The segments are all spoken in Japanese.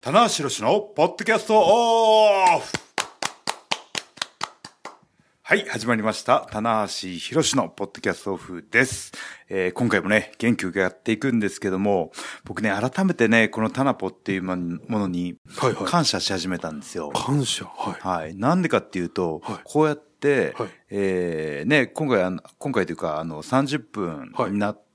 棚橋宏のポッドキャストオフはい、始まりました。棚橋宏のポッドキャストオフです。えー今回もね、元気をやっていくんですけども、僕ね、改めてね、このタナポっていうものにはいはい感謝し始めたんですよ。感謝はい。はい。なんでかっていうと、はいこうやって、はいえーね、今回あの、今回というか、あの、30分はいになって、はい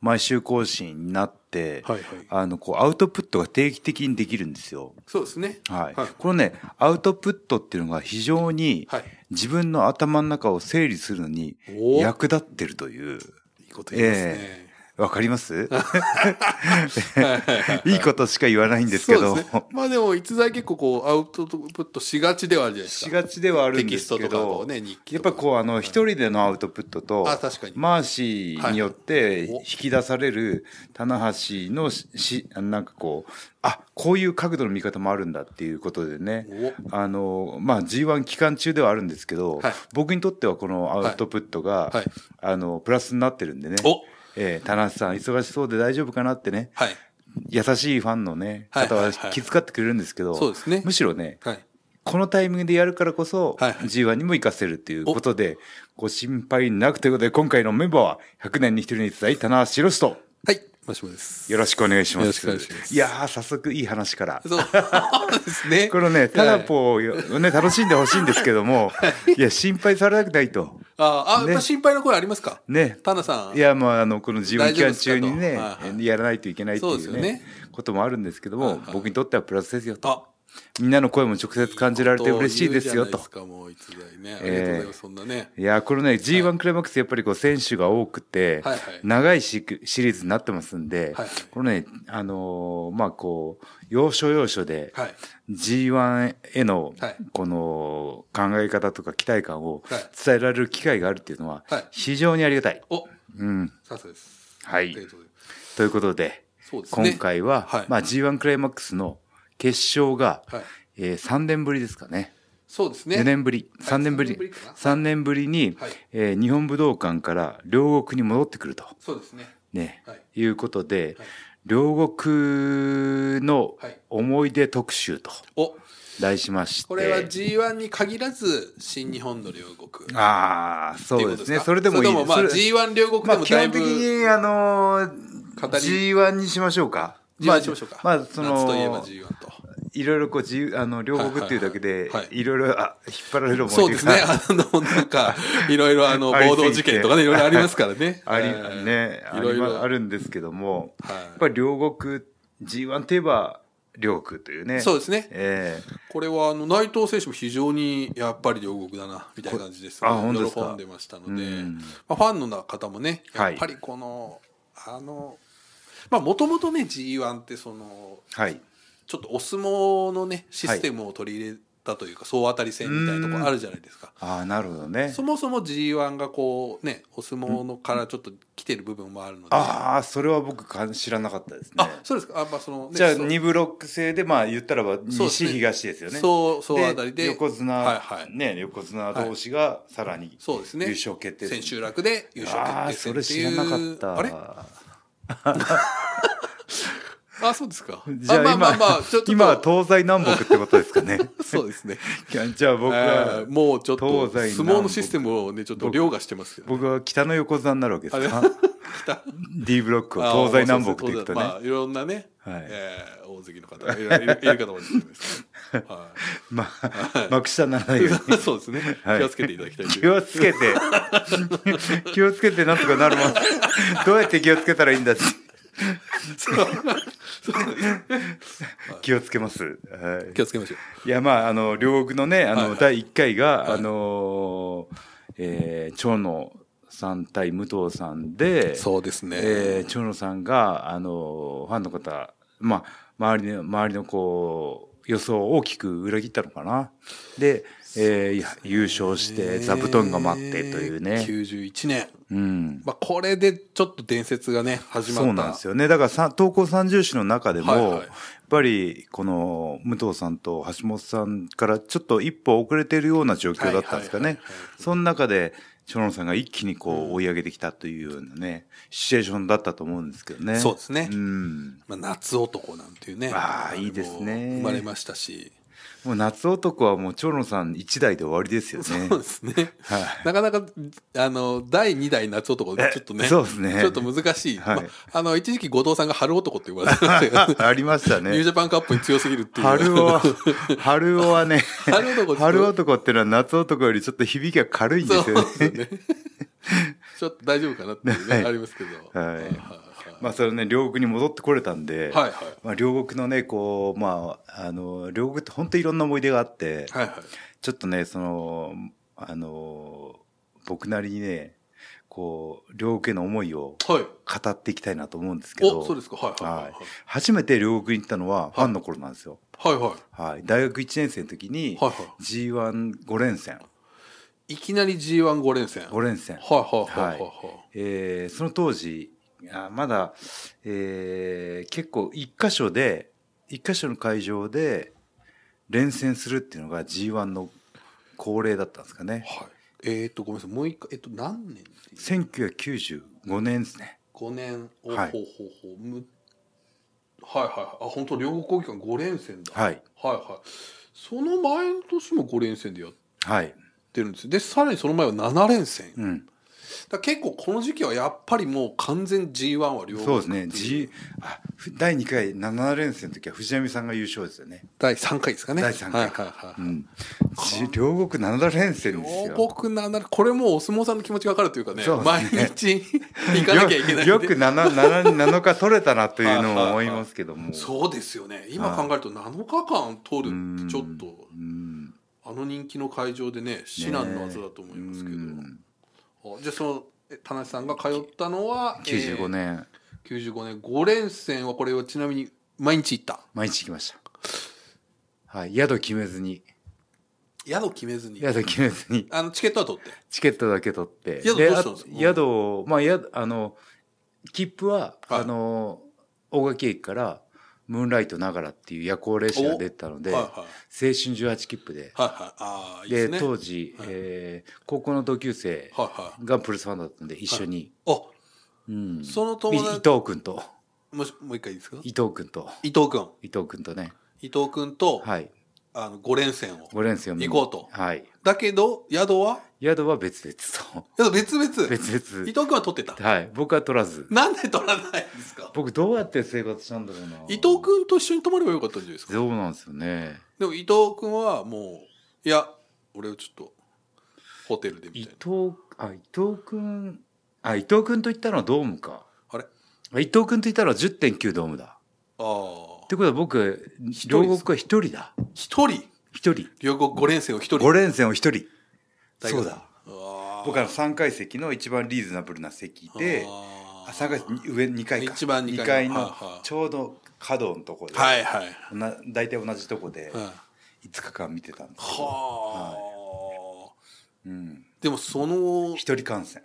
毎週更新になって、はいはいあの、こう、アウトプットが定期的にできるんですよ。そうですね。はい。はいこのね、アウトプットっていうのが非常に、はい自分の頭の中を整理するのにおー役立ってるという。いいこと言いますね。えわかります はいはいはいいいことしか言わないんですけど。そうですね、まあでも逸材結構こうアウトプットしがちではあるじゃないですしか。がちではあるテんでキスすトけとかこどう、ね日記やっとかぱこうあの一人でのアウトプットとあ確かにマーシーによってはい引き出される棚橋のししなんかこうあこういう角度の見方もあるんだっていうことでねあのまあ G1 期間中ではあるんですけど、はい僕にとってはこのアウトプットが、はいはいあのプラスになってるんでね、おえー、棚橋さん忙しそうで大丈夫かなってねはい優しいファンのねはい方はいははい気遣ってくれるんですけど、そうですねむしろねはいこのタイミングでやるからこそ、はいはい G1 にも活かせるということで、ご心配なくということで、今回のメンバーは、100年に一人に伝え、棚橋宏と、はいマシモです。よろしくお願いします。よろしくお願いしますいやー、早速いい話から。そうそうですね。このね、タナはいポをよね、楽しんでほしいんですけども、いや、心配されなくないと。ああ、やっねぱ心配の声ありますか。ね。タナさん。いや、まあ、あの、この大 G1 期丈夫間ですかと中にねはいは、やらないといけないってそいううですよねね、こともあるんですけども、僕にとってはプラスですよと。あみんなの声も直接感じられて嬉しいですよと言う。じゃないですかもう逸材ね。ありがとうございます、そんなね。いやーこれね G1 クライマックスやっぱりこう選手が多くて、はいはい長いシシリーズになってますんで、はいはいこのねあのーまあこう要所要所ではい G1 へのはいこの考え方とか期待感をはい伝えられる機会があるっていうのははい非常にありがたい。おうん、さすがです。はあいりがとうございますということでそうですね。今回は、はいまあ、G1 クライマックスの決勝が、はいえー3年ぶりですかね。そうですね。 4年ぶり、3年ぶり三年ぶりかな、 3年ぶりにはい、えー日本武道館から両国に戻ってくると、そうですね。ねはい、いうことではい、両国のはい思い出特集とお題しまして、これは G1 に限らず新日本の両国ああ、そうですね。っていそれでもいいかそれともまあそれ G1 両国まであも基だい本ぶ、的に、あのー、語り G1 にしましょうか。 G1 にしましょうか、まあ、その、夏といえば G1 といろいろこう、自由あの、両国っていうだけではいはいは、いいろいろ、あ、引っ張られる思そうい出ですねがあのな んかいろいろあのありすぎ暴て動事件とかねいろいろありますからね あり、はいね、あいろいりまろあるんですけども、はいやっぱり両国、G1 といえば両国というね。そうですねえこれはあの内藤選手も非常にやっぱり両国だなみたいな感じですこあ本当ですか喜んでましたので、うんまあ、ファンの方もねはやいっぱりこの、あのまあもともとね G1 ってそのえはい。ちょっとお相撲のねシステムを取り入れたというか、総当たり戦みたいなところあるじゃないですか。ああ、なるほどねそ。もそも G1 がこうねお相撲のからちょっと来てる部分もあるので、あああ、それは僕か知らなかったですね。そうですかあまあその、ね、じゃあ、そう2ブロック制で、まあ、言ったらば、そうです西、ね東ですよね。そうそうあたりでで横綱、はいはいね、横綱同士がさらにそうですね優勝決定千秋楽で優ああ勝ー、決そ定れ戦知らなかっていっうた。あれあそうですかじゃあ今、まあまあまあちょっと今は東西南北ってことですか ね。そうですねじゃあ僕あはー、もうちょっと相東西南北撲のシステムをねちょっと凌駕してますけど、ね、僕は北の横綱になるわけですか D ブロックをあー東西南北でいくとね、まあ、いろんなね、はいえー大関の方がいるいるいるかと思うんですけど、はまあ、幕下にならないようにい、 そうですね、はい気をつけていただきたいと気いうをつけて気をつけてなんとかなるもんどうやって気をつけたらいいんだって気をつけます、はい気をつけましょういやまああの両国のねあの、はいはい第1回が、あのーえー長野さん対武藤さんでそうですね、えー長野さんがあのーファンの方、まあ、周りの周りのこう予想を大きく裏切ったのかなで、えーいや優勝して座布団が待ってというね、 91年、うん、まあ、これでちょっと伝説がね始まったそうなんですよねだからさ投稿三重詩の中でも、はいはいやっぱりこの武藤さんと橋本さんからちょっと一歩遅れてるような状況だったんですかね、はいはいはいはいその中で長野さんが一気にこう追い上げてきたというようなね、シチュエーションだったと思うんですけどね。そうですねうん。まあ、夏男なんていうねあーのいいですね生まれましたし、もう夏男はもう長野さん一代で終わりですよねそう。ですねはなかなかあの第2代夏男ちょっとねそうですねちょっと難しい、はいまあ、あの一時期後藤さんが春男って言われてましたけどい。ありました ニューね。ジャパンカップに強すぎるっていう春男は、 春男はね、春男って春男っていうのは夏男よりちょっと響きが軽いんでそすうよですねよ。ね ちょっと大丈夫かなって いうね、はいありますけど、はいはいまあそれね、両国に戻ってこれたんで、はいはいまあ、両国のね、こう、まあ、あの、両国って本当いろんな思い出があって、はいはいちょっとね、その、あの、僕なりにね、こう、両国への思いをはい語っていきたいなと思うんですけど、おそうですかはいはいはい初めて両国に行ったのはファンの頃なんですよ。はいはいははい。大学1年生の時にい、はいは G15 連戦、いいきなり G15 連戦5連戦。はいはいはいはいはえーその当時、あまだ、えー結構一箇所で、一箇所の会場で連戦するっていうのが G1 の恒例だったんですかね。い、はい、えー、っとごめんなさいもう一回えっと何年1995年ですね。 5年おはいほうほうほうむはいはいはいあ本当両国国技館5連戦だ、はい。はいはいその前の年も5連戦でやっはい。てるんですよでさらにその前は7連戦、うん。だから結構この時期はやっぱりもう完全 G1 は両国そうですね。っていう G、あ、ふ第2回7連戦の時は藤波さんが優勝ですよね。第3回ですかね第三回かはいはいはいうん。G 両国7連戦ですよ。両国ななこれもうお相撲さんの気持ちが分かるというかねそう毎ですね日行かなきゃいけないんでよよく 7, 7, 7日取れたなというのを思いますけども。 そうですよね今考えると7日間通るってちょっとうん。あの人気の会場でね至難の技だと思いますけど、うんあじゃあそのえ田無さんが通ったのは95、年、えー95年5連戦はこれはちなみに毎日行った毎日行きました。はい、宿決めずに、宿決めずに宿決めずに、あのチケットは取ってチケットだけ取って、宿でどうあしたんですか宿を、まあ、宿、あの、切符は、はいあの、大垣駅から、ムーンライトながらっていう夜行列車が出てたので、はい青はい春18切符で、はいはいああいいですで、ね当時、はいえー高校の同級生はいはいがプルスファンだったんで、一緒に、あうん、い伊その友藤達君と、もしもう一回いいですか伊藤君と、伊藤君伊藤君とね、伊藤君と、はい、あの5連戦を5連戦を見に行こうとはい。だけど宿は宿は別々 と。宿別々別伊々。藤君は取ってたはい。僕は取らず。なんで取らないんですか僕どうやって生活したんだろうな。伊藤君と一緒に泊まればよかったんじゃないですかそうなんですよね。でも伊藤君はもういや俺はちょっとホテルでみ伊たいな藤、あ、伊藤くん、あ、伊藤くんと言ったのはドームか。あれあ伊藤くんと言ったのは10.9ドームだ。ああってことは僕、両人です国は一人だ。一人一人。両国5連戦を一人5連戦を一人。大そ学うだ。あ僕は3階席の一番リーズナブルな席で、あ3階席、上2階か。一番二二階階ののはいはいちょうど角のとこで。はいはいはいな大体同じとこでは5日間見てたんですけどあうん、でもその一人観戦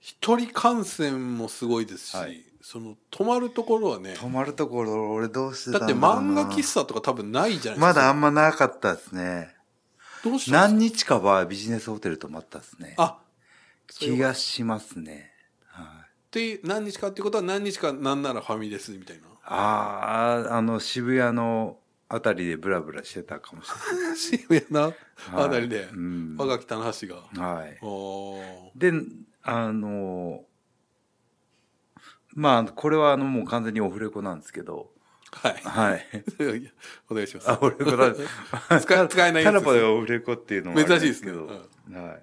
一人感染もすごいですし、はいその泊まるところはね泊まるところ俺どうしてたんだってろう漫な画喫茶とか多分ないじゃないですかまだあんまなかったですねどうした何んです日かはビジネスホテル泊まったですねかあ気がしますね、はい、って何日かってことは何日かなんならファミレスみたいなあああの渋谷のあたりでブラブラしてたかもしれ ない渋谷なはいあたりで、うん我が北の橋が、はいおであのまあこれはあのもう完全にオフレコなんですけどー はいはいお願いしますあ、オフレコだ。 使え使えないやタラつですパでオフレコっていうのもあるん珍しいですけど、うんけど。はい。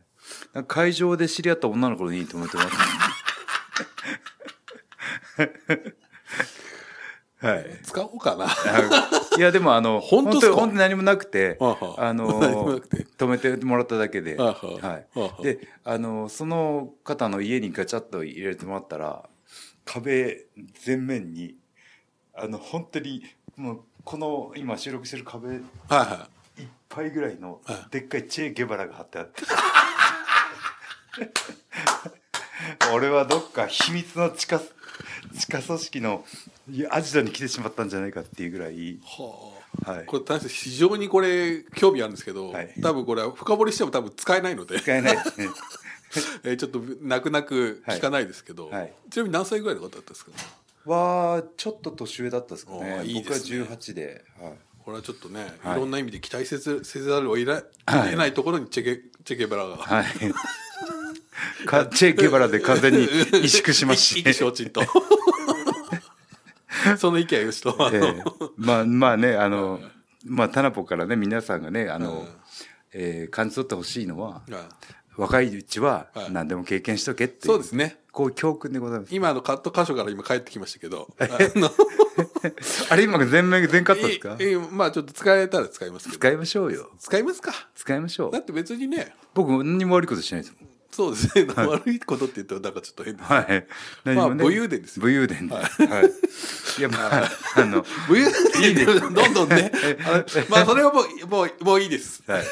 なんか会場で知り合った女の子にいいと思ってます。 はい。使おうかないや、でもあの、本当っすかに本当に何もなくて、あは あの 何もなくて、止めてもらっただけで、あはあは。はいで、あの、その方の家にガチャッと入れてもらったら、壁全面に、あの、本当に、もう、この今収録してる壁はいはいっぱいぐらいのはでっかいチェ・ゲバラが貼ってあって 俺はどっか秘密の地下地下組織のいやアジトに来てしまったんじゃないかっていうぐらいいはあはいこれ大変です非常にこれ興味あるんですけど、はい多分これは深掘りしても多分使えないので、使えないですね えーちょっと泣く泣く聞かないですけど、はいはいちなみに何歳ぐらいの方だったんですかはちょっと年上だったですかああねいい僕ではすね18で、はいこれはちょっとね、はいい、ろんな意味で期待せずせざるを得ない,、はい得ないところにチェケチェケバラが。はい。かチェ・ゲバラで完全に萎縮します し、意気消沈と。 その意見を言う人は、あえの えまあまあねあの、まあタナポからね皆さんがねあの、うんえー感じ取ってほしいのはうん若いうちははい何でも経験しとけっていう、そうですね。こう教訓でございます今あのカット箇所から今帰ってきましたけど、あのあれ今が全面全カットですかいいまあちょっと使えたら使いますけど。使いましょうよ使いますか。使いましょだうって別にね、僕何も悪いことしないですもんそうですね、悪いことって言ったらなんかちょっと変です。はい何もねまあ武勇伝ですよ武勇伝ですはい、いやまああの武勇伝どんど んね、あのまあそれはもうもうもういいです。はい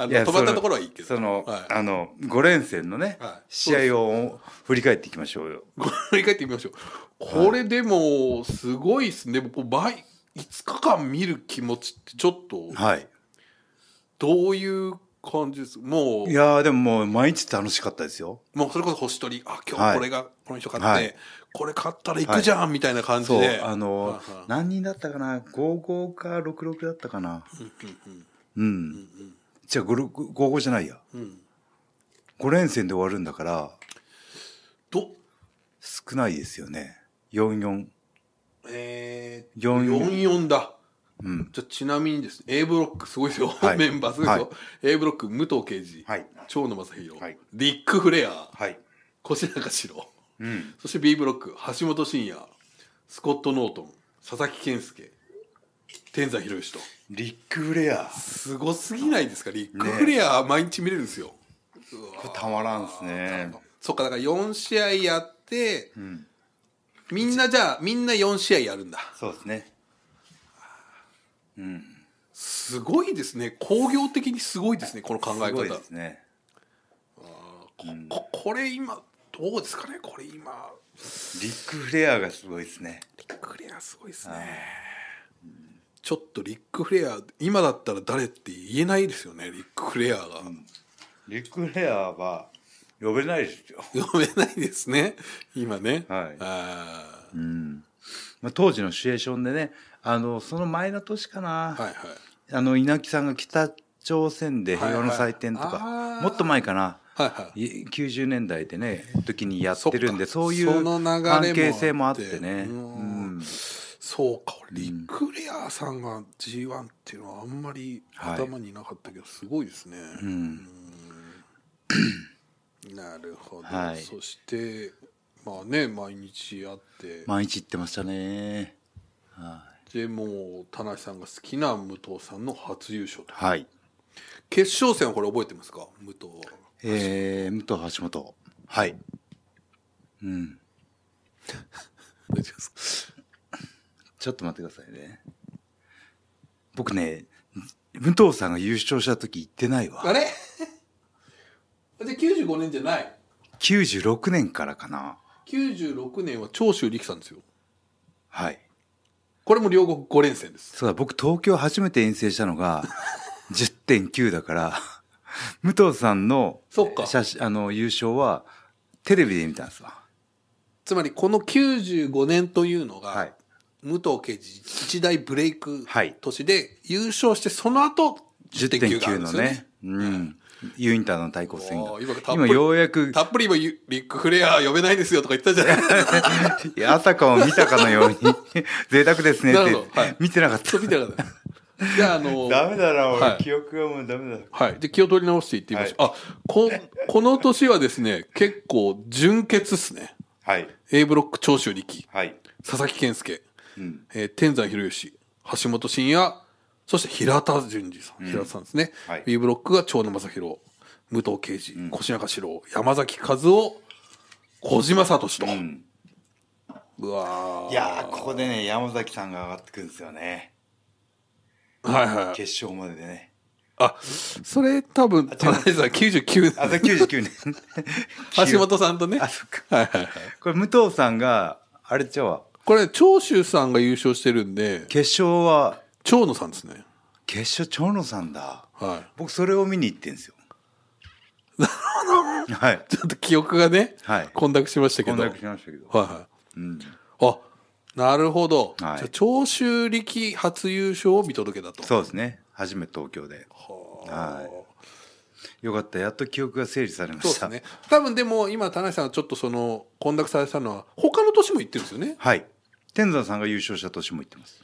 あのいや止まったところはいいけど。その、はいあの5連戦のね、はい試合を振り返っていきましょうよこれ振り返ってみましょう。これでもすごいですね。こう毎5日間見る気持ちってちょっとはいどういう感じです。もいうやーでももう毎日楽しかったですよもうそれこそ星取りあ今は日いこれがこの人買って、はいこれ買ったら行くじゃん、みたいな感じそうで。あの、はいはい何人だったかな55か66だったかなうん、じゃあ5 5じゃないや、ん5連戦で終わるんだからど少ないですよね44えー、四四44だ。うんじゃあちなみにですね A ブロックすごいですよ、はいメンバーすごいですよ、は A ブロック武藤敬司、はい長野正弘、はいディック・フレアはい越中四郎うんそして B ブロック橋本真也スコット・ノートン佐々木健介天山博之とリック・フレアすごすぎないですかリック・ねフレア毎日見れるんですよ、これたまらんですねそっかだから4試合やってうんみんなじゃあみんな4試合やるんだそうですねうんすごいですね工業的にすごいですねこの考えす方ごいですねこここれ今どうですかねこれ今リック・フレアがすごいですねリック・フレアすごいですねちょっとリック・フレア今だったら誰って言えないですよねリック・フレアが、リック・フレアは呼べないですよ、読めないですね今ね、はいあーうんまあ、当時のシチュエーションでねあのその前の年かな、はいはいあの稲木さんが北朝鮮で平和の祭典とか、はいはいあーもっと前かなはいはいい90年代でね時にやってるんでそっそかういそうの流れもあっ関て係性もあってねううんんそうかリック・フレアさんが G1 っていうのはあんまりはい頭になかったけどすごいですね、うんなるほど、はいそしてまあね毎日会って、毎日行ってましたねはいでもう田無さんが好きな武藤さんの初優勝とはい決勝戦はこれ覚えてますか武藤はえー、武藤橋本はいうん大丈夫ですちょっと待ってくださいね僕ね武藤さんが優勝した時行ってないあわれ じゃあ95年じゃない96年からかな96年は長州力さんですよはいこれも両国5連戦ですそうだ僕東京初めて遠征したの が10.9だから武藤さんのそっか写真あの優勝はテレビで見たんですわつまりこの95年というのが、はい武藤刑事一大ブレイクはい年で優勝してその後10.9があ10.9るんでのすよねねうんユインターの対抗戦がおー今たっぷり今ようやく たっぷり今ゆリック・フレア呼べないですよとか言ってたじゃ ないですかいやあたかも見たかのよう に贅沢ですねっなてるほどはい見てなかったそう見てなかったじゃああのダメだ な、俺、はい記憶がもうダメだ。はい。で、気を取り直していってみましょう。あ、こ、この年はですね、結構、純潔っすね。はい。 A ブロック長州力、はい。佐々木健介、うん。えー天山博義、橋本真也、そして平田淳二さん、平田さんですね。はい B ブロックが長野正宏、武藤敬司、越中四郎、山崎和夫、小島聡と。ううん。わーいやー、ここでね、山崎さんが上がってくるんですよね。はいはい。決勝まででね。あ、それ多分、田中さん99あ、それ99年。 橋本さんとね。あ、そっか。はいはいはい。これ、武藤さんが、あれちゃうわ。これ長州さんが優勝してるんで決勝は、長野さんですね決勝長野さんだは僕それを見に行ってん ですよなるほどはいいちょっと記憶がね、はい混濁しましたけ混どはい濁しましたけど、はうん、いあなるほど、はいじゃあ長州力初優勝を見届けだとそうですね初めて東京でははいよかったやっと記憶が整理されまそうしでたすね多分でも今田無さんはちょっとその混濁されたのは他の年も言ってるんですよねはい天山さんが優勝した年も行ってます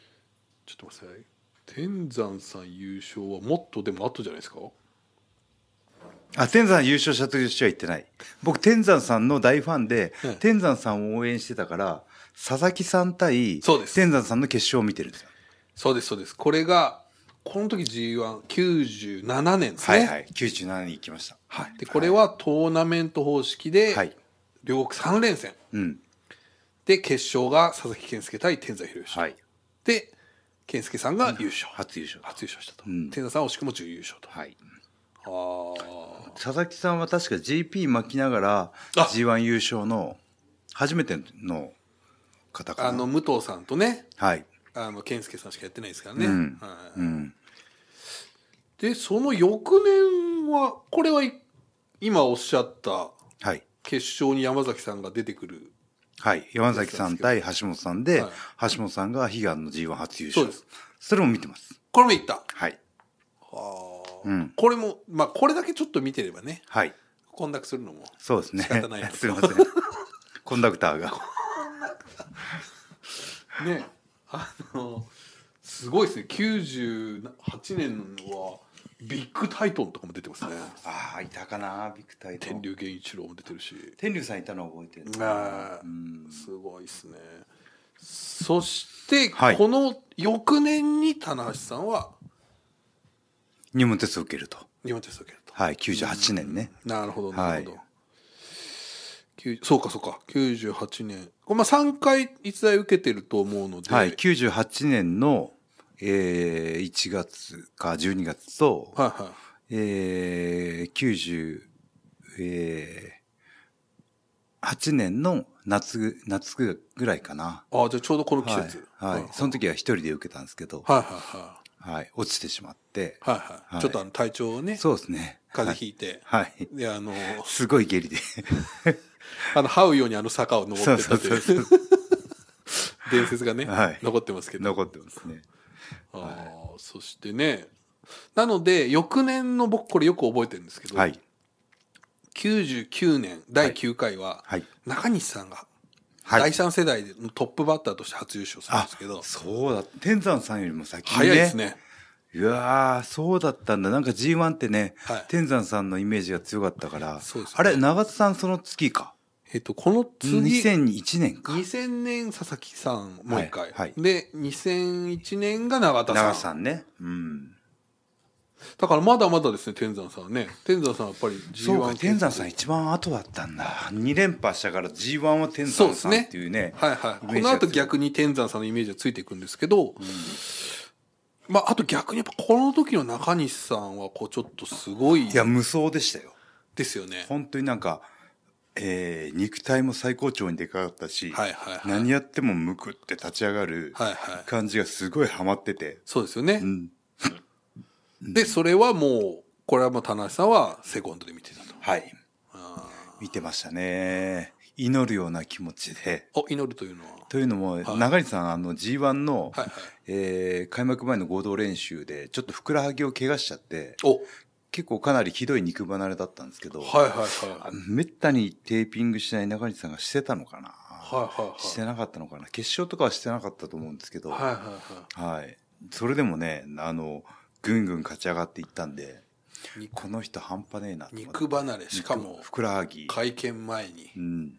ちょっと待ってください天山さん優勝はもっとでも後じゃないですかあ天山優勝した年は行ってない僕天山さんの大ファンで、うん天山さんを応援してたから佐々木さん対そうです天山さんの決勝を見てるんですよそうですそうですこれがこの時 G197 年ですね、はいはい97に行きましたはいでこれはトーナメント方式で、はい両国3連戦うんで決勝が佐々木健介対天山宏之、はいで健介さんが優勝、初優勝初優勝したと、うん天山さんは惜しくも準優勝と、はいあ佐々木さんは確か GP 巻きながらあ G1 優勝の初めての方あかあのな武藤さんとねはいあの健介さんしかやってないですからね、うんはいうんでその翌年はこれはい今おっしゃったはい決勝に山崎さんが出てくるはい山崎さん対橋本さんで、はい橋本さんが悲願の G1 初優そう勝ですそれも見てますこれもいったはいうんこれもまあこれだけちょっと見てればねはい混濁するのもそうですね仕方ないなと すいませんコンダクターがねあのすごいですね98年はビッグタイトンとかも出てますねああいたかなビッグタイト天竜源一郎も出てるし天竜さんいたの覚えてるあうーんすごいですねそして、はいこの翌年に棚橋さんは入門テストを受けると日本テストを受けるとはい98年ねなるほどはいなるほど、九そうかそうか98年これまあ3回逸材受けてると思うので、はい98年のえー1月か12月と、はいはいえー、90、えー、8年の夏ぐ、夏ぐらいかな。ああじゃあちょうどこの季はい節。ははいい。その時は一人で受けたんですけど、はいははい。落ちてしまって。いはいはいはいはいちょっとあの体調をねそうですね。風邪ひいて、はい。であの すごい下痢で。あの這うようにあの坂を登そうってそたうとそういうそう。伝説がね、はい残ってますけど残ってますね。あーそしてねなので翌年の僕これよく覚えてるんですけど、はい。 99年第9回は、はい。中西さんがは第い。三世代のトップバッターとして初優勝するんですけどそうだ。天山さんよりも先にね。早いですねいやー、そうだったんだ。なんか G1 ってね、はい天山さんのイメージが強かったから、そうですねあれ、長津さんその月か。えっとこの次2000 2001年か。年佐々木さんもう一回、はいはいで2001年が永田さん長津さんね。うん。だからまだまだですね天山さんはね天山さんはやっぱり G1 そうか、天山さんはい一番後だったんだ。2連覇したから G1 は天そ山うですさんねっていうね。はいイこメージのが後逆に天山さんのイメージがついていくんですけど、まああと逆にやっぱこの時の中西さんはこうちょっとすごいいや、無双でしたよ。ですよね本当になんか、えー、肉体も最高潮にでかかったし、はいはいはい何やってもむくって立ち上がるはいはい感じがすごいハマってて。そうですよね、うん。でそれはもうこれはもう田中さんはセコンドで見てたとはい。あ見てましたね。祈るような気持ちで。ーお祈るというのはというのも、い長西さん、あの G1 の、はいはいえー開幕前の合同練習で、ちょっとふくらはぎを怪我しちゃって、お結構かなりひどい肉離れだったんですけど、はいはいはいあめったにテーピングしない中西さんがしてたのかな、はいはいはいしてなかったのかな決勝とかはしてなかったと思うんですけど、はいは。はいはいそれでもね、あの、ぐんぐん勝ち上がっていったんで肉、この人半端ねえなとい思って肉離れしかも肉ふくらはぎ。会見前にうん。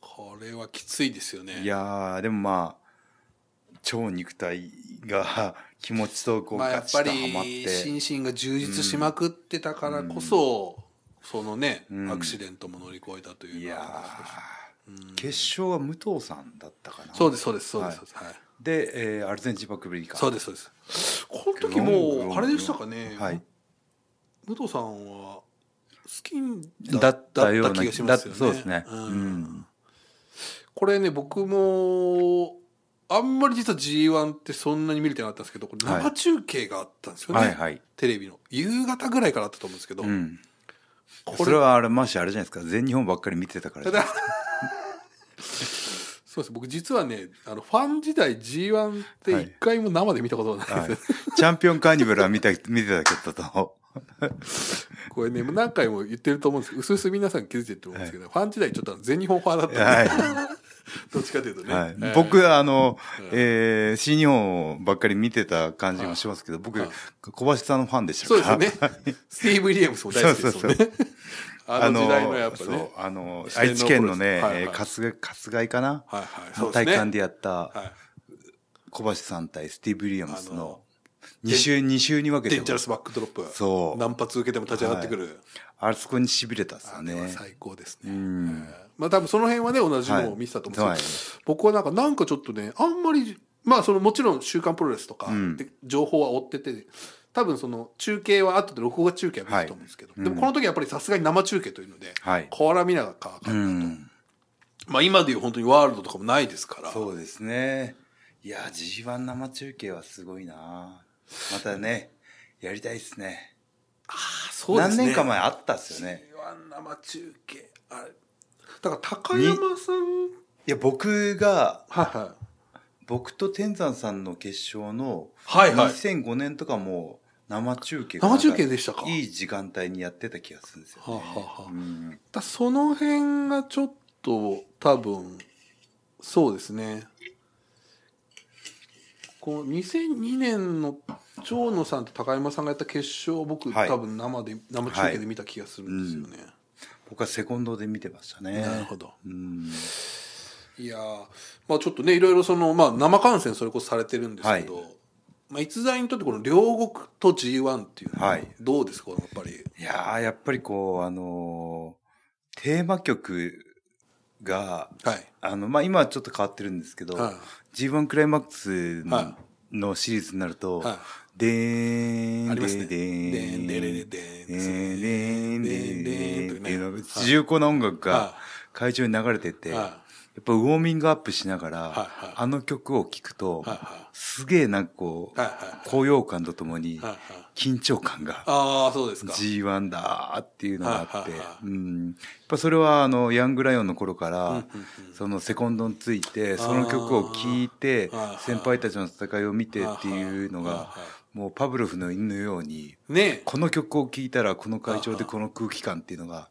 これはきついですよねいやー、でもまあ、超肉体が 気持ちとこうまあ、やガっチぱッとハマっりて。心身が充実しまくってたからこそ、そのね、うんアクシデントも乗り越えたといういのはやうーん決勝は武藤さんだったかな。そうですそうですそうです、はいで、えーアルゼンチンバックブリーカー。そうですそうですこのグ時ロングロンもグあれでしたかね、はい。武藤さんは好きだったようなだった気がしますよねだそうですね。ううんん。これね僕もあんまり実は G1 ってそんなに見れてなかったんですけどこれは生い中継があったんですよね、はいはい。テレビの夕方ぐらいからあったと思うんですけど、うん。これそれはあれ、マシあれじゃないですか。全日本ばっかり見てたからじたゃない だそうです僕実はねあのファン時代 G1 ってはい一回も生で見たことがないです、はい。チャンピオンカーニバルは見た、 見てたけ どと。これねもう何回も言ってると思うんですけどうすうす皆さん気づいてると思うんですけど、ファン時代ちょっとあの全日本ファンだったんで、はどっちかというとい。ね、はえい、ー僕、あの、うんえー、新日本ばっかり見てた感じもしますけど、僕はい、小橋さんのファンでしたかそうら。ですよね。 スティーブ・ウィリアムスも大好きですもんね。そ あの時代のやっぱそうね。あの、四天王愛知県のね、プロレスえー春日、春日井かなはいはい。そうです体ね。感でやったはい。小橋さん対スティーブ・ウィリアムスあのの2週、二週に分けデてンジャラスバックドロップ。そう何発受けても立ち上がってくる。あそこに痺れたっすよあれはね。最高ですうね。ん。まあ多分その辺はね、同じのを見てたと思うんはでいすけど、僕はなんか、なんかちょっとね、あんまり、まあそのもちろん週刊プロレスとかうんで情報は追ってて、多分その中継は後で録画中継は見てたと思うんですけど、はいでもこの時はやっぱりさすがに生中継というので、はい。これは見ながらか、うん。まあ今でいう本当にワールドとかもないですから、そうですね。いや、G1 生中継はすごいなまたね、やりたいっすね。そうですね何年か前あったっすよね。 G1 生中継あれだから高山さんいや、僕が、はいは僕と天山さんの決勝の、はいはい2005年とかも生中継い生中継でしたかいい時間帯にやってた気がするんですよ、ね。はあはあはあうんだその辺がちょっと多分そうですねこの2002年の長野さんと高山さんがやった決勝を僕、はい多分生で生中継で見た気がするんですよね、僕はセコンドで見てましたね。なるほどうん。いやーまあちょっとねいろいろその、まあ、生観戦それこそされてるんですけど、はいまあ、逸材にとってこの両国と G1 っていうのははいどうですか、やっぱりいやー、やっぱりこう、あのーテーマ曲が、はいあの、まあ、今はちょっと変わってるんですけど、はい G1 クライマックスの,、はシリーズになると、はでーん、ありますねでーん、でーんでーんででーーん、んでーん、でーん、でーん、でーんっていうのがはい重厚な音楽がは会場に流れてて、いやはっぱウォーミングアップしながいはらい、あの曲を聴くとい、はすげえなんかこいはいはいはう、高揚感とともにいはいはい緊張感がああそうですか G1 だーっていうのがあって、はいはいはうん、やっぱそれはあのヤングライオンの頃から、うんうんうんそのセコンドについてその曲を聴いてあーはいはい先輩たちの戦いを見てっていうのはがいはもうパブロフの犬のようにいねこの曲を聴いたらこの会場あでーこの空気感っていうのが、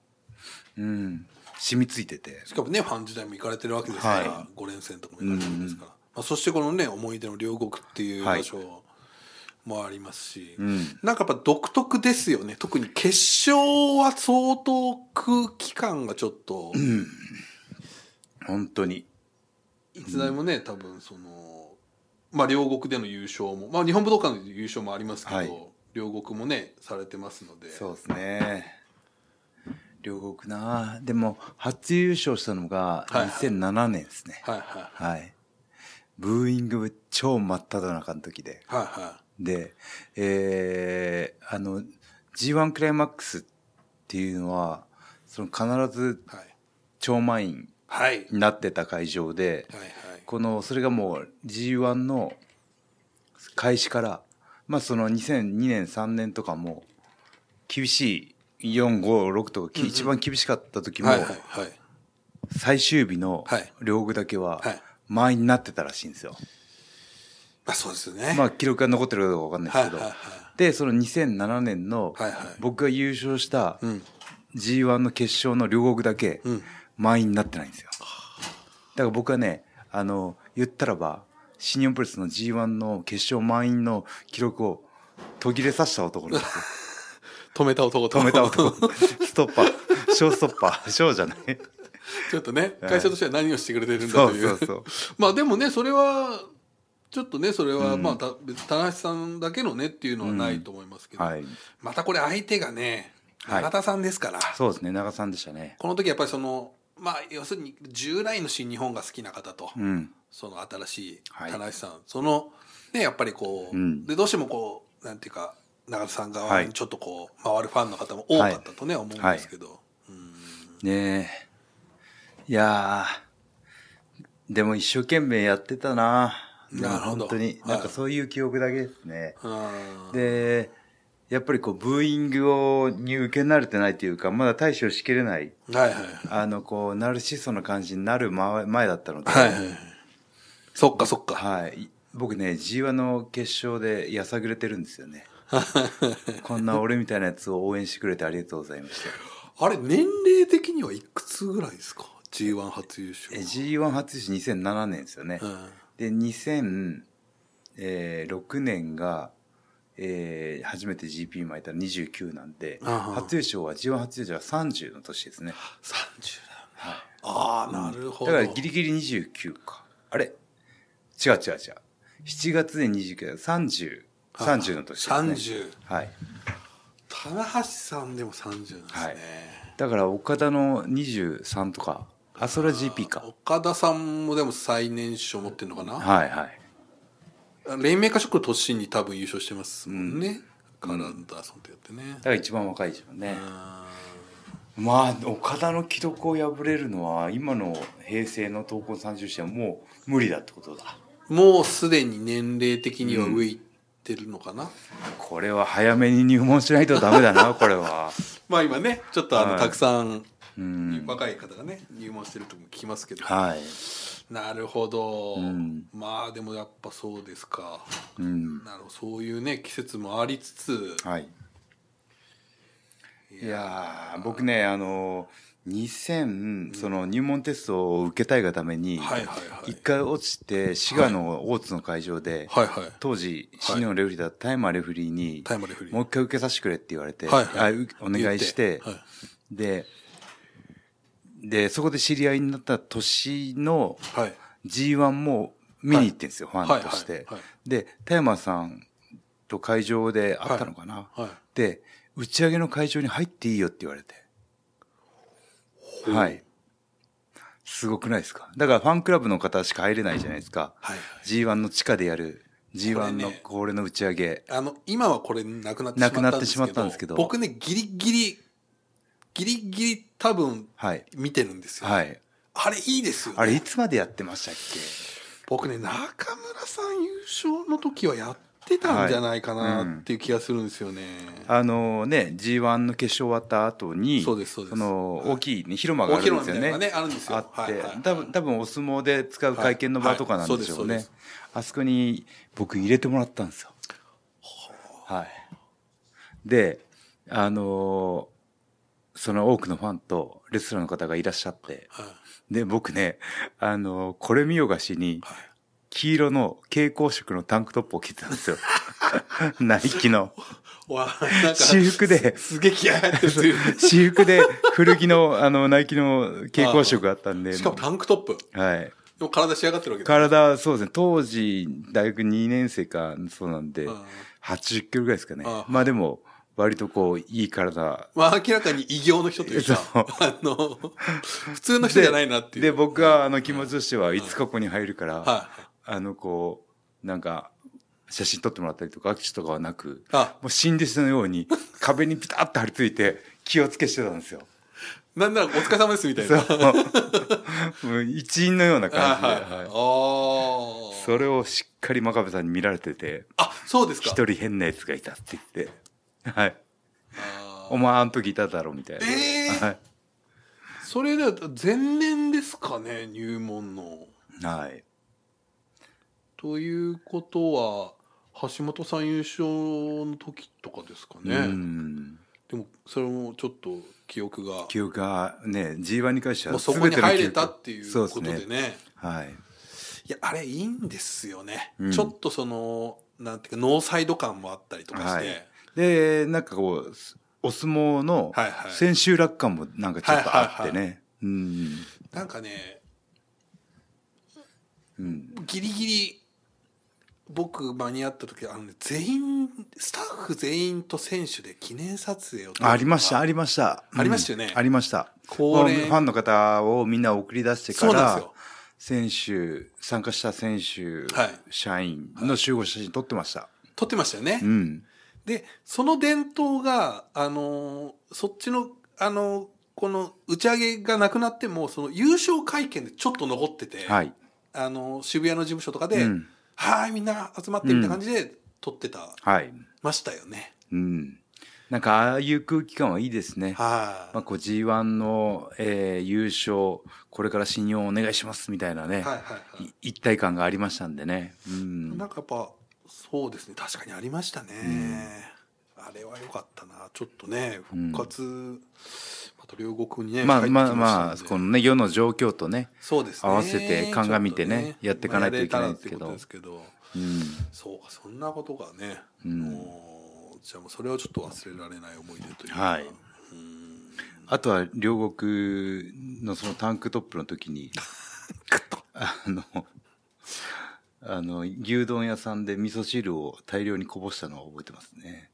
うん、染みついててしかもねファン時代も行かれてるわけですから、は5連戦とかも行かれてるんですから、まあ、そしてこのね思い出の両国っていう場所もありますし、うんなんかやっぱ独特ですよね特に決勝は相当空気感がちょっと、本当にいつだいもね多分その、まあ、両国での優勝も、まあ、日本武道館での優勝もありますけど、はい両国もねされてますのでそうですね両国なあでも初優勝したのがはいはい2007年ですね、はいははい。ブーイング超真っ只中の時で。いはいはで、えー、あの、G1 クライマックスっていうのは、その必ずいはい超満員はいはいになってた会場で、はいこの、それがもう G1 の開始から、まあその2002年3年とかも、厳しい4、5、6とか、き一番厳しかった時も、はいはいはい最終日のはい両国だけははい、満員になってたらしいんですよ。まあそうですよね、まあ記録が残ってるかどうかわかんないですけど、はいはいでその2007年のはいはい僕が優勝したうん G1 の決勝の両国だけうん満員になってないんですよだから僕はねあの言ったらば新日本プロレスの G1 の決勝満員の記録を途切れさせた男なんです よ止めた男と止めた男ストッパーショーストッパーショーじゃない ちょっとね会社としては何をしてくれてるんだそとういうそうそう まあでもねそれはちょっとねそれはまあた別に田中さんだけのねっていうのはないと思いますけど、はいまたこれ相手がねはい永田さんですから、そうですね長さんでしたねこの時やっぱりそのまあ要するに従来の新日本が好きな方と、うんその新しいはい田中さん、そのねやっぱりこう、うんでどうしてもこうなんていうか永田さんは側いにちょっとこう回るファンの方も多かったとね、思うんですけど、うんねえ。いやーでも一生懸命やってたな。でもなるほど本当に、はいなんかそういう記憶だけですね。あーで、やっぱりこう、ブーイングをに受け慣れてないというか、まだ対処しきれない、はいはいはいあの、こう、ナルシストの感じになる前前だったので、はいはいはいそっかそっかはい。僕ね、G1 の決勝でやさぐれてるんですよ ね。こんな俺みたいなやつを応援してくれてありがとうございました。あれ年齢的にはいくつぐらいですか G1 初優勝え G1 初出場2007年ですよね。うんで、2006年が、えー初めて GP 巻いたら29なんで、あは初優勝は G1 初優勝は30の年ですね。 30だああなるほだどからギリギリ29か。あれ違う違う違う。7月で29、30、30の年ですね。 30はい。棚橋さんでも30なんですね、はいだから岡田の23とか、あ、それは GP か。岡田さんもでも最年少持ってるのかな、はいはい。黎明化職の年に多分優勝してますもんね、カランダーソンとやってね、だから一番若いですよね。あまあ、岡田の記録を破れるのは、今の平成の闘魂三十試はもう無理だってことだ。ーもうすでに年齢的には上いってるのかな、これは早めに入門しないとダメだ な、これは。まあ今ねちょっとあの、はいたくさんうん。若い方がね入門してるとも聞きますけど、はい。なるほど、んまあでもやっぱそうですかうん。なるほどそういうね季節もありつつはい。いやー、僕ね、あの、2000、その入門テストを受けたいがために、はいはいはい一回落ちて、滋賀の大津の会場で、はいはい当時、シニアのレフェリーだったタイマーレフェリーに、タイムレフェリーもう一回受けさせてくれって言われて、はいはあいうお願いして、言ってはで、で、そこで知り合いになった年のはい、 G1 も見に行ってんですよ、いファンとして。はいはいはで、田山さんと会場で会ったのかな、はい、で、打ち上げの会場に入っていいよって言われて。うはい。すごくないですかだからファンクラブの方しか入れないじゃないですか。はいはい G1 の地下でやる、G1 これのねこれの打ち上げ。あの今はこれなくなってしまなったくんですけどなってしまったんですけど僕ねギリギリギリギリ多分はい。見てるんですよ、はい。あれいいですよ、ね、あれ、いつまでやってましたっ僕ね中村さん優勝の時はやってたんじゃないかはいなうんっていう気がするんですよね、けあのね、G1 の決勝終わった後に、そうですそうでそすの、大きいね、広間がおあ披るん露です目よみたいなのがね。ねあるんですよあっはいてはい、多分、多分お相撲で使う会見の場とかなんでしょうはいはいねそうですそ。あそこに僕入れてもらったんですよ。はい。で、あのーその多くのファンとレスラーの方がいらっしゃって、はいで、僕ね、あのーこれ見よがしに、はい黄色の蛍光色のタンクトップを着てたん ですよ。ナイキの。わなんか私服ですげえ気合入ってるとい う私服で古着 の、あの、ナイキの蛍光色があったんで。しかもタンクトップではい。も体仕上がってるわけだ体はそうですね、当時、大学2年生か、そうなんで、うん80キロぐらいですかねあ。まあでも、割とこう、いい体。まあ明らかに異形の人というかそうあの普通の人じゃないなっていうで、僕は、あの、気持ちとしては、いつかここに入るから、はいあの、こう、なんか、写真撮ってもらったりとか、握手とかはなく、あもう新弟子のよう に、壁にピタッと張り付いて、気をつけしてたんですよ。なんならお疲れ様ですみたいそなう。もう一員のような感じで。あはいはいあーそれをしっかり真壁さんに見られてて、あそうです一か人変な奴がいたって言って、はい。あーお前あの時いただろみたいな。えーはい。それでは前年ですかね入門のはい。ということは橋本さん優勝の時とかですかね、うん。でもそれもちょっと記憶が記憶がね、G1 に関してもはうそ全こにての記憶入れたっていうことでそうねですね。はい。いやあれいいんですよね、うんちょっとそのなんていうかノーサイド感もあったりとかして、はいで、なんかこう、すお相撲のはいはい千秋楽感もなんかちょっとあってはね。うん。なんかねうん。ギリギリ僕間に合った時あの、ね、全員スタッフ全員と選手で記念撮影を撮るのがありました、ありました。ありましたよねうんありました。これもうファンの方をみんな送り出してかそうなんでらすよ、選手、参加した選手、はい社員の集合写真撮ってました。撮ってましたよね、うん。でその伝統があのーそっちのあのーこの打ち上げがなくなってもその優勝会見でちょっと残ってて、はい。あのー渋谷の事務所とかで、うんはいみんな集まって」みたいな感じで撮ってた、はい。ましたよねうん。なんか、ああいう空気感はいいですね。はい、まあ、こう G1 の、えー優勝、これから信用お願いしますみたいなね、はいはいはいい一体感がありましたんでね。うなんん。かやっぱそうですね確かにありましたね、あれは良かったなちょっとね復活、また両国にねまあ帰ってきまあしたんでまあ、このね、世の状況とね、そうですね合わせて鑑みてねちょっとやっていかないといけないですけどまあやれたらってことですけどうん。そうかそんなことがね、んもうじゃあもうそれはちょっと忘れられない思い出というか、はいうんあとは、両国のそのタンクトップの時に、あの、あの、牛丼屋さんで味噌汁を大量にこぼしたのを覚えてますね。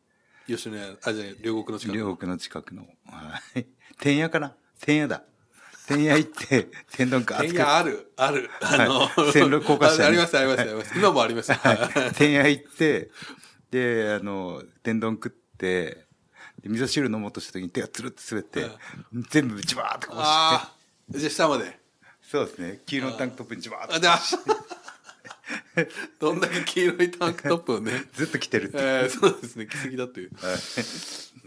吉野家あじゃあ両国の近く両国の近くの。はい。天屋かな天屋だ。天屋行って、天丼か。いやあるあるあの、はい線路高架下にあありますありますあり ます今もあります、はい天屋行って、で、あの、天丼食って、で味噌汁飲もうとした時に手がつるって滑って、全部ジバーってこぼして、ああじゃあ下までそうですね、黄色のタンクトップにジバーってあじゃあ どんだけ黄色いタンクトップを ね、ずっと来てるっていう。えー、そうですね着すぎだという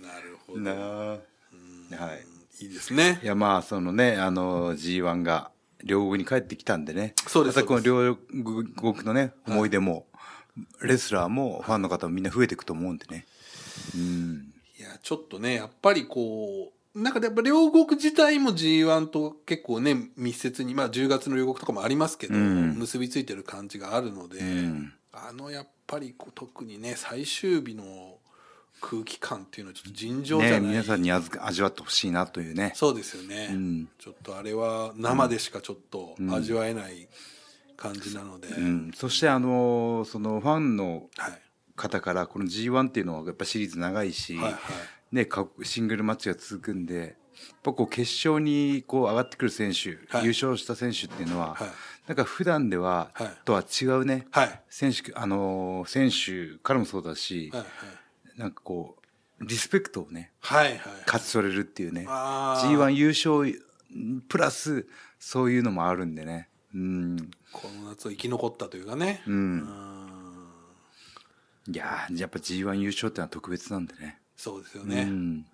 なるほどなあはい。いいですねいや、まあ、そのね、あの、G1 が両国に帰ってきたんでね。そうですまたこの両国のね、思い出も、レスラーもファンの方もみんな増えていくと思うんでね。うん。いやちょっとねやっぱりこうなんかやっぱ両国自体も g 1と結構ね密接にまあ10月の両国とかもありますけど、うん結びついてる感じがあるので、んあのやっぱりこう特にね最終日の空気感っていうのはちょっと尋常じゃなねい、皆さんにあず味わってほしいなというね。そうですよね、んちょっとあれは生でしかちょっと味わえない感じなので、うん。そして、あの、そのファンのはい方から、この G1 っていうのはやっぱシリーズ長いし、はいはいね、かシングルマッチが続くんで、やっぱこう決勝にこう上がってくる選手、はい優勝した選手っていうのは、はいなんか普段では、はいとは違うね、はい選手、あのー選手からもそうだし、はいなんかこう、リスペクトをね、はいはい勝ち取れるっていうね、あー G1 優勝プラス、そういうのもあるんでね、うん、この夏を生き残ったというかね、うんんいやー、やっぱ G1 優勝ってのは特別なんでね。そうですよね、うん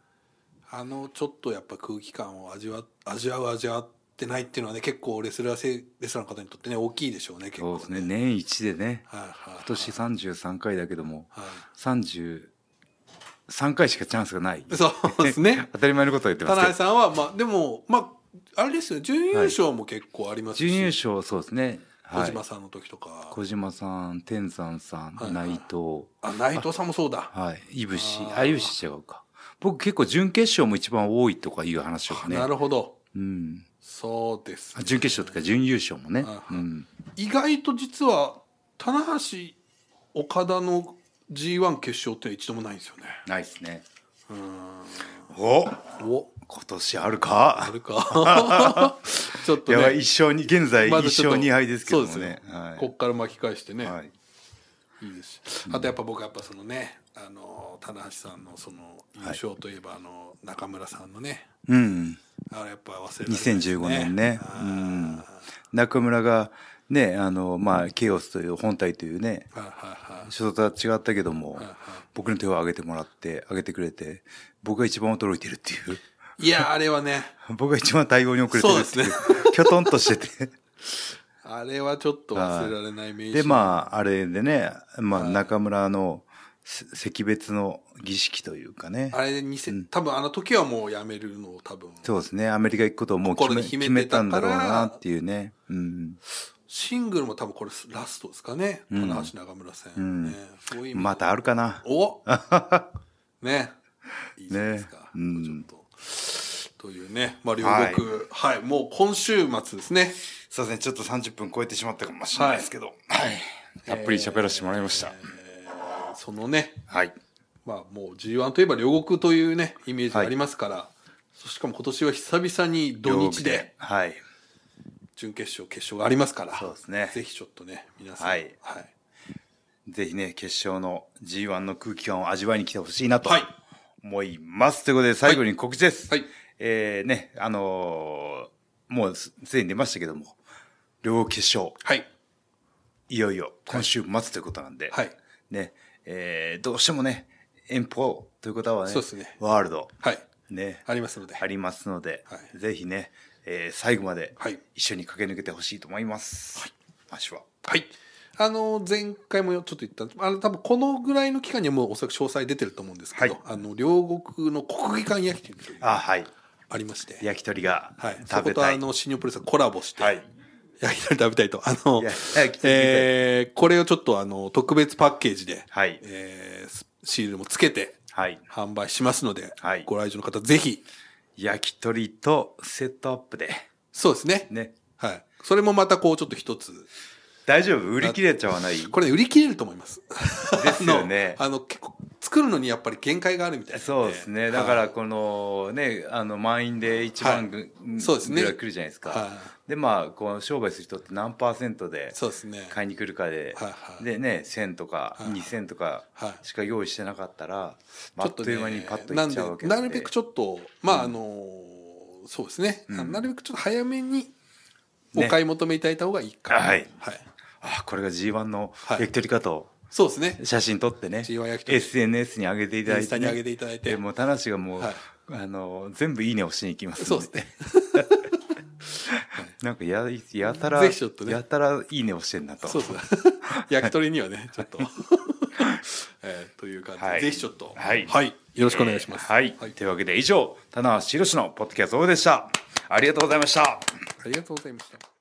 あのちょっとやっぱ空気感を味わ味わう味わってないっていうのはね結構レスラーせレスラーの方にとってね大きいでしょうね結そ構うですね、年一でね、はいはいは今い年33回だけども、は33回しかチャンスがない。いそうで すね当たり前のことを言ってま田すけど。中さんはまあでもまああれですよ準優勝も結構ありますし、準優勝、そうですね。は小い島さんの時とか、小島さん、天山さん、はいはい内藤、あ内藤さんもそうだはい、いぶしあ、ーあ、いぶし違うか。僕結構準決勝も一番多いとかいう話をね。なるほどうん。そうですあ準決勝とか準優勝もねは。ういん。意外と実は棚橋岡田の G1 決勝って一度もないんですよねないですね。うおんお今年あるあかるか ちょっといねや、一勝に、現在一まだち勝ょっと二敗ですけどもそうでねす。よはこっから巻き返してい。ね、はい。い、いですしあとやっぱ僕はやっぱそのねあの棚橋さんのその優勝といえば、あの中村さんのねうん。あれやっぱ忘れられないですね2015年ね。あうーん。中村が、ね、あの、まあ、ケイオスという本体というね、はいはいはい所属とは違ったけども、僕の手を挙げてもらって、挙げてくれて、僕が一番驚いてるっていう。いやあれはね 僕が一番対応に遅れてるっていそううで。きょとんとしてて。あれはちょっと忘れられない名刺で、まあ、あれでね、まあ、中村のせ惜別の儀式というかね。あれで2000、多分あの時はもうやめるのを多分そうですね。アメリカ行くことをもう決め心に秘決めめてたたんだからろうなっていうね。うん。シングルも多分これラストですかね棚橋中村戦、ねそういう意味でまたあるかな。 おねいいじゃないですか、ねうんちょっとというね、まあ、両国はい、もう今週末ですねそうですね。ちょっと30分超えてしまったかもしれないですけど。はい。たっぷり喋らせてもらいました。そのねはい。まあもう G1 といえば両国というねイメージがありますから、そしかも今年は久々に土日で。はい。準決勝決勝がありますからそうですねぜひちょっとね皆さんはいはいぜひね、決勝の G1 の空気感を味わいに来てほしいなとはい思います。ということで、最後に告知です。はいえー、ね、あのーもうすすでに出ましたけども、両国決勝、はいいよいよ今週末ということなんで、はい。ね、えーどうしてもね、遠方ということはね、そうですねワールド、はい。ね、ありますので。ありますので、はいぜひね、えー最後まではい一緒に駆け抜けてほしいと思います。はい。マシュは。はい。あの、前回もちょっと言った、あの、多分このぐらいの期間にはもうおそらく詳細出てると思うんですけど、はいあの、両国の国技館焼きというのがあ、はい。ありまして、焼き鳥がはい。食そべことたあい。の、新日本プロレスがコラボして、はい焼き鳥食べたいと。あのいや焼き、鳥食べたいえー、これをちょっとあの、特別パッケージで、はいえースシールもつけて、はい。販売しますので、はいご来場の方ぜひ、焼き鳥とセットアップで、そうですね。ね。はい。それもまたこう、ちょっと一つ、大丈夫売り切れちゃわない これね売り切れると思います。ですよねあの、あの結構作るのにやっぱり限界があるみたいな、そうですね。だから、このね、あの、満員で一番ぐ,、そうですねらい来るじゃないですか。はで、まあ、こう、商売する人って何パーセントでそうですね。買いに来るかで、はいはいでね、1000とかい2000とかはいしか用意してなかったら、まああっという間にパッとな行っんちでゃうわけなるべくちょっとまああのーそうですね、うんなるべくちょっと早めにおね買い求めいただいた方がいいかな、はいはい、あ、これが G1 のはい焼き鳥かと、そうですね写真撮ってね、 G1 焼き鳥 SNS に上げていただインいスて、タね。に上げていただいてでもう、田無がもう、はいあの、全部いいねをしに行きますんそうですねなんかや、やたら、ぜひちょっとねやたらいいねをしてんなと。そうですね焼き鳥にはねちょっと、えーという感じで、はいぜひちょっとはいよろしくお願いします、えーはい。というわけで以上、田中宏のポッドキャストオフでした。ありがとうございました。ありがとうございました